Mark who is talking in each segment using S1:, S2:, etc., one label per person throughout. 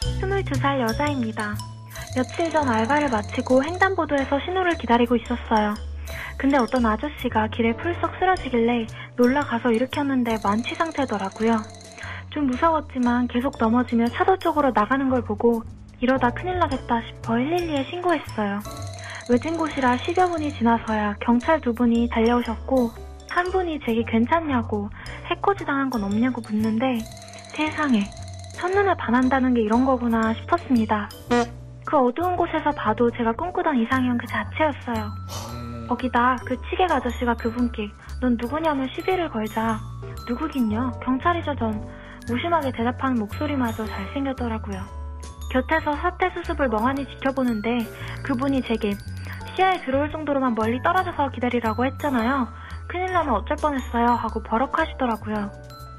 S1: 32살 여자입니다. 며칠 전 알바를 마치고 횡단보도에서 신호를 기다리고 있었어요. 근데 어떤 아저씨가 길에 풀썩 쓰러지길래 놀라 가서 일으켰는데 만취 상태더라고요. 좀 무서웠지만 계속 넘어지며 차도 쪽으로 나가는 걸 보고 이러다 큰일 나겠다 싶어 112에 신고했어요. 외진 곳이라 10여 분이 지나서야 경찰 두 분이 달려오셨고 한 분이 제게 괜찮냐고 해코지 당한 건 없냐고 묻는데 세상에 첫눈에 반한다는 게 이런 거구나 싶었습니다. 그 어두운 곳에서 봐도 제가 꿈꾸던 이상형 그 자체였어요. 거기다 그 치객 아저씨가 그분께 넌 누구냐면 시비를 걸자. 누구긴요? 경찰이죠 전. 무심하게 대답하는 목소리마저 잘생겼더라고요. 곁에서 사태 수습을 멍하니 지켜보는데 그분이 제게 시야에 들어올 정도로만 멀리 떨어져서 기다리라고 했잖아요. 큰일 나면 어쩔 뻔했어요 하고 버럭하시더라고요.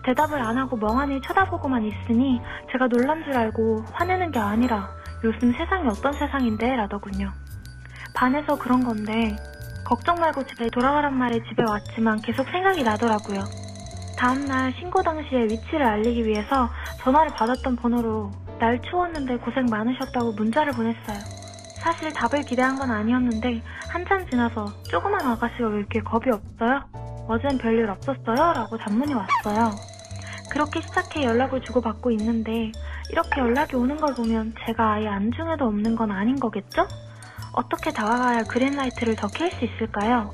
S1: 대답을 안 하고 멍하니 쳐다보고만 있으니 제가 놀란 줄 알고 화내는 게 아니라 요즘 세상이 어떤 세상인데 라더군요. 반해서 그런 건데 걱정 말고 집에 돌아가란 말에 집에 왔지만 계속 생각이 나더라고요. 다음날 신고 당시에 위치를 알리기 위해서 전화를 받았던 번호로 날 추웠는데 고생 많으셨다고 문자를 보냈어요. 사실 답을 기대한 건 아니었는데 한참 지나서 조그만 아가씨가 왜 이렇게 겁이 없어요? 어젠 별일 없었어요? 라고 단문이 왔어요. 그렇게 시작해 연락을 주고받고 있는데 이렇게 연락이 오는 걸 보면 제가 아예 안중에도 없는 건 아닌 거겠죠? 어떻게 다가가야 그린라이트를 더 켤 수 있을까요?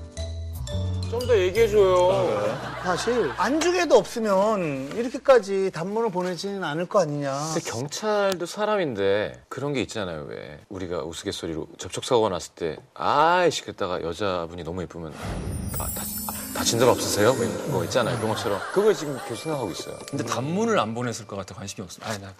S2: 좀 더 얘기해줘요.
S3: 사실 안중에도 없으면 이렇게까지 단문을 보내지는 않을 거 아니냐.
S2: 근데 경찰도 사람인데 그런 게 있잖아요. 왜 우리가 우스갯소리로 접촉사고가 났을 때 아이씨 그랬다가 여자분이 너무 예쁘면 아, 다, 아, 다친 적 없으세요? 뭐 이런 거 있잖아요. 그런 것처럼 그걸 지금 계속 생각하고 있어요.
S4: 근데 단문을 안 보냈을 것 같아 관심이 없어. 아니 나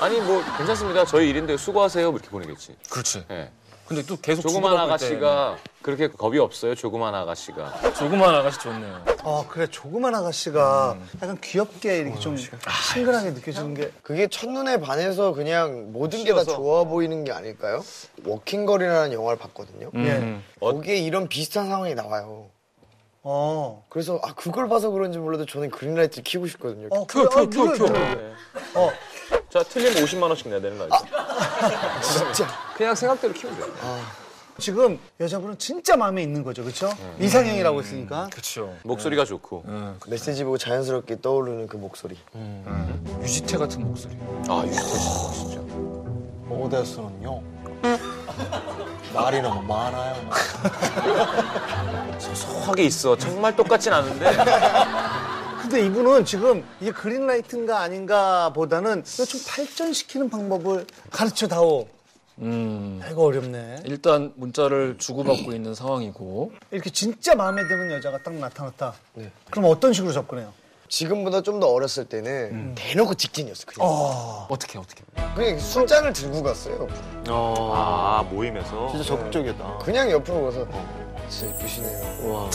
S2: 아니 뭐 괜찮습니다. 저희 일인데 수고하세요. 뭐 이렇게 보내겠지.
S4: 그렇지.
S2: 예.
S4: 근데 또 계속
S2: 조그만
S4: 주고받을
S2: 아가씨가 그렇게 겁이 없어요. 조그만 아가씨가.
S4: 때는 네, 조그만 아가씨 좋네요.
S3: 아 그래 조그만 아가씨가 약간 귀엽게 이렇게 좀 친근하게 느껴지는 게
S5: 그게 첫눈에 반해서 그냥 모든 게 다 좋아 보이는 게 아닐까요? 워킹걸이라는 영화를 봤거든요.
S6: 음.
S3: 예.
S6: 어.
S5: 거기에 이런 비슷한 상황이 나와요.
S3: 어.
S5: 그래서 아 그걸 봐서 그런지 몰라도 저는 그린라이트 키고 싶거든요.
S3: 어,
S4: 켜, 켜, 켜, 켜.
S3: 어,
S2: 자 틀리면 50만 원씩 내야 되는 거 알죠?
S5: 진짜.
S2: 그냥 생각대로 키우면 돼요.
S3: 지금 여자분은 진짜 마음에 음. 있는 거죠, 그렇죠? 이상형이라고 했으니까.
S4: 그렇죠.
S2: 목소리가 좋고.
S4: 응. 그
S5: 메시지 보고 자연스럽게 떠오르는 그 목소리.
S4: 유지태 같은 목소리.
S2: 아 유지태 씨 멋있죠.
S6: 오데스는요 말이 너무 많아요
S2: 소하게 있어. 정말 똑같진 않은데.
S3: 근데 이분은 지금 이게 그린라이트인가 아닌가 보다는 이거 좀 발전시키는 방법을 가르쳐 다오.
S4: 음.
S3: 야, 이거 어렵네.
S4: 일단 문자를 주고받고 있는 상황이고
S3: 이렇게 진짜 마음에 드는 여자가 딱 나타났다. 그럼 어떤 식으로 접근해요?
S5: 지금보다 좀 더 어렸을 때는
S6: 음.
S5: 대놓고 직진이었어. 그냥.
S4: 어떻게 어떻게?
S5: 그냥 술잔을 들고 갔어요.
S6: 아 모임에서 진짜 적극적이다 어.
S5: 그냥 옆으로 가서 아, 진짜 이쁘시네요.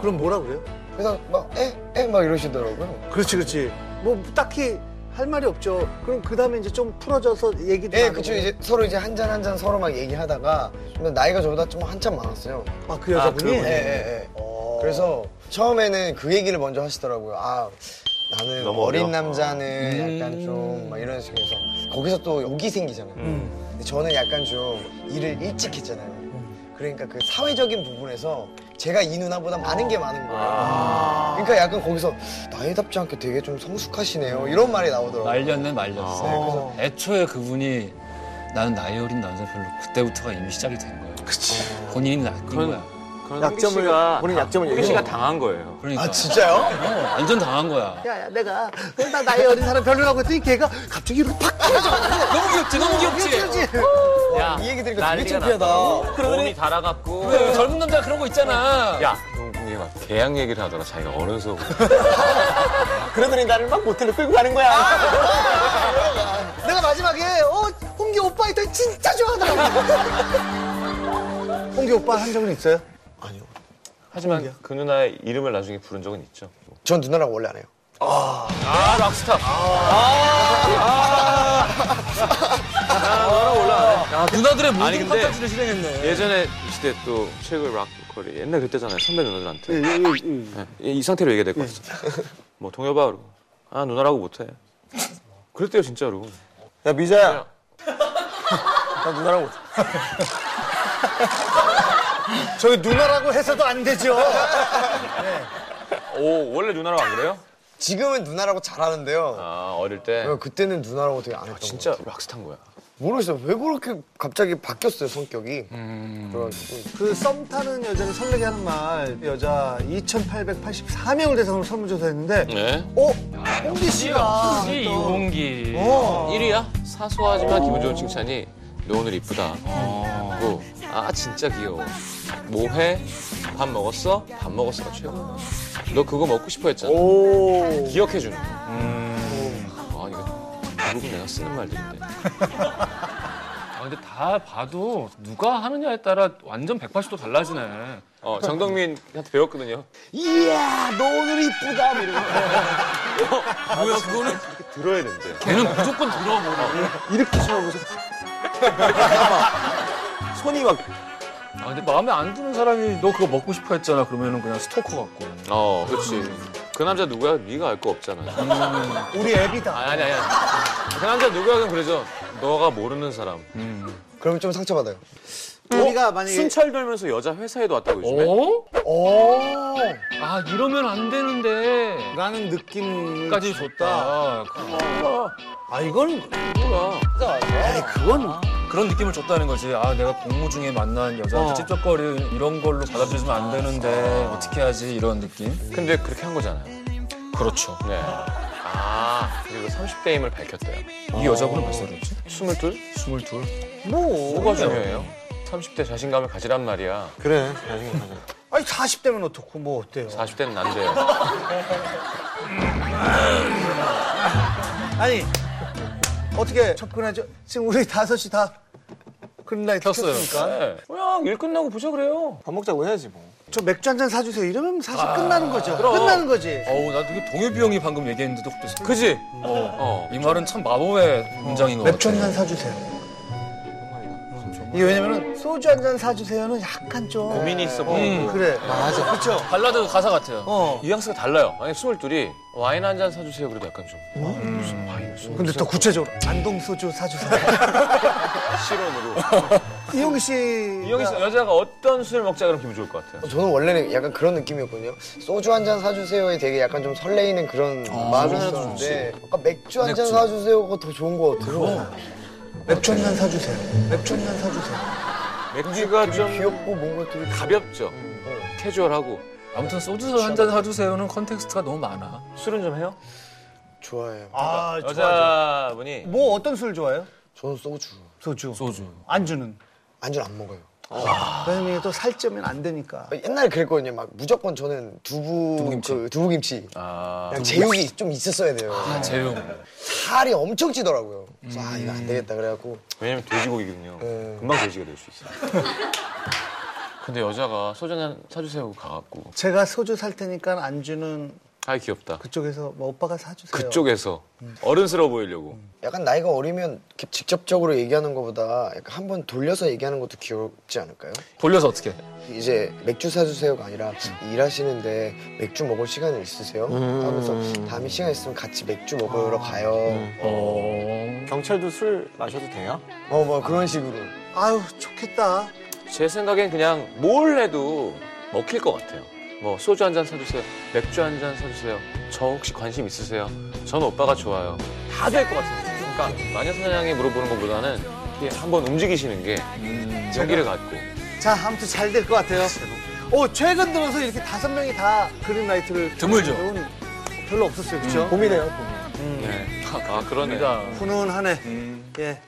S3: 그럼 뭐라 그래요?
S5: 그래서 막에에막 이러시더라고요.
S3: 그렇지, 그렇지. 뭐 딱히 할 말이 없죠. 그럼 그 다음에 이제 좀 풀어져서 얘기도.
S5: 예,
S3: 나누고.
S5: 그쵸 이제 서로 이제 한 잔 한 잔 서로 막 얘기하다가 근데 나이가 저보다 좀 한참 많았어요.
S3: 아, 그 여자분이.
S5: 예, 예, 예.
S3: 어.
S5: 그래서 처음에는 그 얘기를 먼저 하시더라고요. 아 나는
S6: 너무
S5: 어린
S6: 어려?
S5: 남자는 약간 좀 막 이런 식으로 해서 거기서 또 욕이 생기잖아요. 근데 저는 약간 좀 일을 일찍 했잖아요. 그러니까 그 사회적인 부분에서 제가 이 누나보다 많은 게 많은 거예요. 그러니까 약간 거기서 나이답지 않게 되게 좀 성숙하시네요. 이런 말이 나오더라고요.
S4: 말렸네 말렸어.
S2: 아.
S5: 네, 그래서
S4: 애초에 그분이 나는 나이 어린 남자 별로 그때부터가 이미 시작이 된 거야. 그치. 본인이 낚인 거야.
S2: 그런
S6: 약점을-
S2: 씨가
S6: 본인 약점을
S2: 호기 씨가
S6: 얘기해요.
S2: 당한 거예요.
S4: 그러니까
S3: 아, 진짜요?
S4: 어, 완전 당한 거야.
S3: 야, 야, 내가 나 나이 어린 사람 별로라고 했더니 걔가 갑자기 이렇게 팍 튀어져.
S4: 너무 귀엽지 너무 귀엽지.
S3: 튀어지.
S2: 야,
S5: 이 얘기 들으니까 되게
S2: 난리가
S5: 창피하다.
S2: 났다. 몸이 달아갖고.
S4: 왜 네, 젊은 남자 그런 거 있잖아.
S2: 야, 형님아 계약 얘기를 하더라. 자기가 어려서.
S6: 그러더니 나를 막 모텔로 끌고 가는 거야
S2: 아!
S3: 내가 마지막에 어 홍기 오빠 했더니 진짜 좋아하더라고. 홍기 오빠 한 적은 있어요?
S2: 하지만 그 누나의 이름을 나중에 부른 적은 있죠.
S5: 전 누나랑 원래 안 해요.
S2: 아, 락스타. 아, 아, 너랑 올라가네.
S4: 야, 누나들의 모든
S2: 아니, 근데-
S4: 판타지를 실행했네.
S2: 예전에 시대 또 최고의 락커리 옛날 그때잖아요. 선배
S6: 예,
S2: 누나들한테. 네, 이 상태로 얘기해야 될 것 같아. 뭐 동요봐 그러고. 아, 누나라고 못해. 그랬대요, 진짜로.
S6: 야 미자야 나 누나랑 못해.
S3: 저희 누나라고 해서도 안 되죠.
S2: 오 원래 누나랑 안 그래요?
S5: 지금은 누나라고 잘하는데요.
S2: 아 어릴 때
S5: 어, 그때는 누나라고 되게 안 했던 거
S2: 진짜 락스타인 거야.
S5: 모르겠어요. 왜 그렇게 갑자기 바뀌었어요, 성격이. 음. 그래가지고.
S3: 그 썸 타는 여자를 설레게 하는 말 여자 2,884명을 대상으로 설문조사했는데
S2: 네.
S3: 어? 홍기 씨가
S4: 이공기.
S2: 1위야? 어? 사소하지만 기분 좋은 칭찬이 너 오늘 이쁘다. 그리고 아 진짜 귀여워. 뭐해? 밥 먹었어? 밥 먹었어가 최고야. 너 그거 먹고 싶어 했잖아. 기억해주는 거. 아 이거 결국 내가 쓰는 말들인데.
S7: 아, 근데 다 봐도 누가 하느냐에 따라 완전 180도 달라지네.
S2: 어 장동민한테 배웠거든요.
S6: 이야, 너 오늘 이쁘다. 뭐 이러고.
S2: 뭐야 그거는 들어야 된대.
S7: 걔는 무조건 들어보라.
S6: 이렇게 쳐다보면서. 손이 막
S7: 아, 근데 마음에 안 드는 사람이 너 그거 먹고 싶어 했잖아. 그러면은 그냥 스토커 같고.
S2: 어 그렇지. 그 남자 누구야? 네가 알 거 없잖아.
S3: 우리 애비다.
S2: 아니 아니 아니. 그 남자 누구야? 그럼 그러죠. 너가 모르는 사람.
S5: 그럼 좀 상처받아요.
S3: 우리가 만약에
S2: 순찰 돌면서 여자 회사에도 왔다고 요즘에.
S7: 어?
S5: 오!
S7: 아, 이러면 안 되는데.
S6: 나는 느낌.
S3: 그러니까
S7: 까지 줬다.
S4: 그,
S6: 아, 이건
S2: 뭐야?
S6: 아니, 그건
S4: 그런 느낌을 줬다는 거지. 아, 내가 공무 중에 만난
S7: 어.
S4: 여자한테 찝쩍거리 이런 걸로 받아들여주면 안 되는데 어떻게 하지? 이런 느낌.
S2: 근데 그렇게 한 거잖아요.
S4: 그렇죠.
S2: 네. 아 그리고 30대임을 밝혔대요.
S4: 이 여자분은 몇 살이었지?
S2: 22?
S4: 22.
S3: 뭐?
S2: 뭐가 중요해요? 30대 자신감을 가지란 말이야.
S6: 그래. 나중에 가자.
S3: 아니 40대면 어떻고 뭐 어때요?
S2: 40대는 안 돼요.
S3: 아니 어떻게 접근하죠? 지금 우리 다섯이 다 그런 나이 켰으니까
S2: 네. 그냥 일 끝나고 보자 그래요.
S6: 밥 먹자고 해야지 뭐.
S3: 저 맥주 한 잔 사주세요. 이러면 사실 끝나는 거죠. 끝나는 거지.
S4: 어우, 나 되게 동엽이 형이 방금 얘기했는데도 그때
S2: 그지? 어.
S4: 이 말은 참 마법의 문장인 것 같아.
S3: 맥주 한 잔 사주세요. 이게 왜냐면은 소주 한 잔 사주세요는 약간 좀
S2: 고민이 있어 보이고.
S3: 음, 그래 맞아 그렇죠.
S4: 발라드 가사 같아요.
S3: 어
S2: 뉘앙스가 달라요. 만약 22이 와인 한 잔 사주세요. 그래도 약간 좀. 무슨 와인, 무슨
S3: 근데 더 구체적으로 안동 소주 사주세요.
S2: 실온으로.
S3: 이용기 씨
S2: 이영희 씨, 여자가 어떤 술 먹자 그럼 기분 좋을 것 같아요?
S5: 저는 원래는 약간 그런 느낌이었거든요. 소주 한 잔 사주세요에 되게 약간 좀 설레이는 그런 마음이 있었는데 아까 맥주 한 잔 사주세요가 더 좋은 것 같아요.
S3: 맥주 한 잔 사주세요. 맥주 한 잔 사주세요.
S2: 맥주가 좀
S5: 귀엽고 뭔가 되게
S2: 가볍죠. 캐주얼하고.
S4: 아무튼 소주 한 잔 사주세요는 컨텍스트가 너무 많아.
S2: 술은 좀 해요?
S5: 좋아해요.
S2: 네,
S3: 아 좋아.
S2: 여자분이
S3: 뭐 어떤 술 좋아해요?
S5: 저는 소주.
S3: 소주.
S4: 소주.
S3: 안주는.
S5: 안주를 안 먹어요.
S3: 왜냐면 또 살찌면 안 되니까.
S5: 옛날에 그랬거든요. 막 무조건 저는 두부,
S4: 두부김치.
S5: 그 두부김치. 아.
S2: 아,
S5: 그냥 제육이 좀 있었어야 돼요.
S4: 재용.
S5: 살이 엄청 찌더라고요. 그래서 아, 이거 안 되겠다. 그래갖고.
S2: 왜냐면 돼지고기거든요.
S5: 네.
S2: 금방 돼지가 될 수 있어요. 근데 여자가 소주 한잔 사주세요 하고 가갖고
S3: 제가 소주 살 테니까 안주는
S2: 아이 귀엽다.
S3: 그쪽에서 뭐 오빠가 사주세요.
S2: 그쪽에서 어른스러워 보이려고
S5: 약간 나이가 어리면 이렇게 직접적으로 얘기하는 것보다 약간 한 번 돌려서 얘기하는 것도 귀엽지 않을까요?
S4: 돌려서 어떻게?
S5: 이제 맥주 사주세요가 아니라 일하시는데 맥주 먹을 시간 있으세요? 하면서 다음에 시간 있으면 같이 맥주 먹으러 가요.
S4: 어.
S6: 경찰도 술 마셔도 돼요?
S5: 어, 뭐 그런 식으로.
S3: 아유 좋겠다.
S2: 제 생각엔 그냥 뭘 해도 먹힐 것 같아요. 뭐 소주 한 잔 사주세요. 맥주 한 잔 사주세요. 저 혹시 관심 있으세요? 전 오빠가 좋아요. 다 될 것 같은데. 그러니까 마녀사냥에 물어보는 것보다는 이게 한번 움직이시는 게 생기를 갖고
S3: 자 아무튼 잘 될 것 같아요. 오 최근 들어서 이렇게 다섯 명이 다 그린라이트를
S4: 드물죠.
S3: 배운 별로 없었어요, 그렇죠?
S6: 고민해요.
S2: 네. 아 그러네.
S3: 훈훈하네. 예.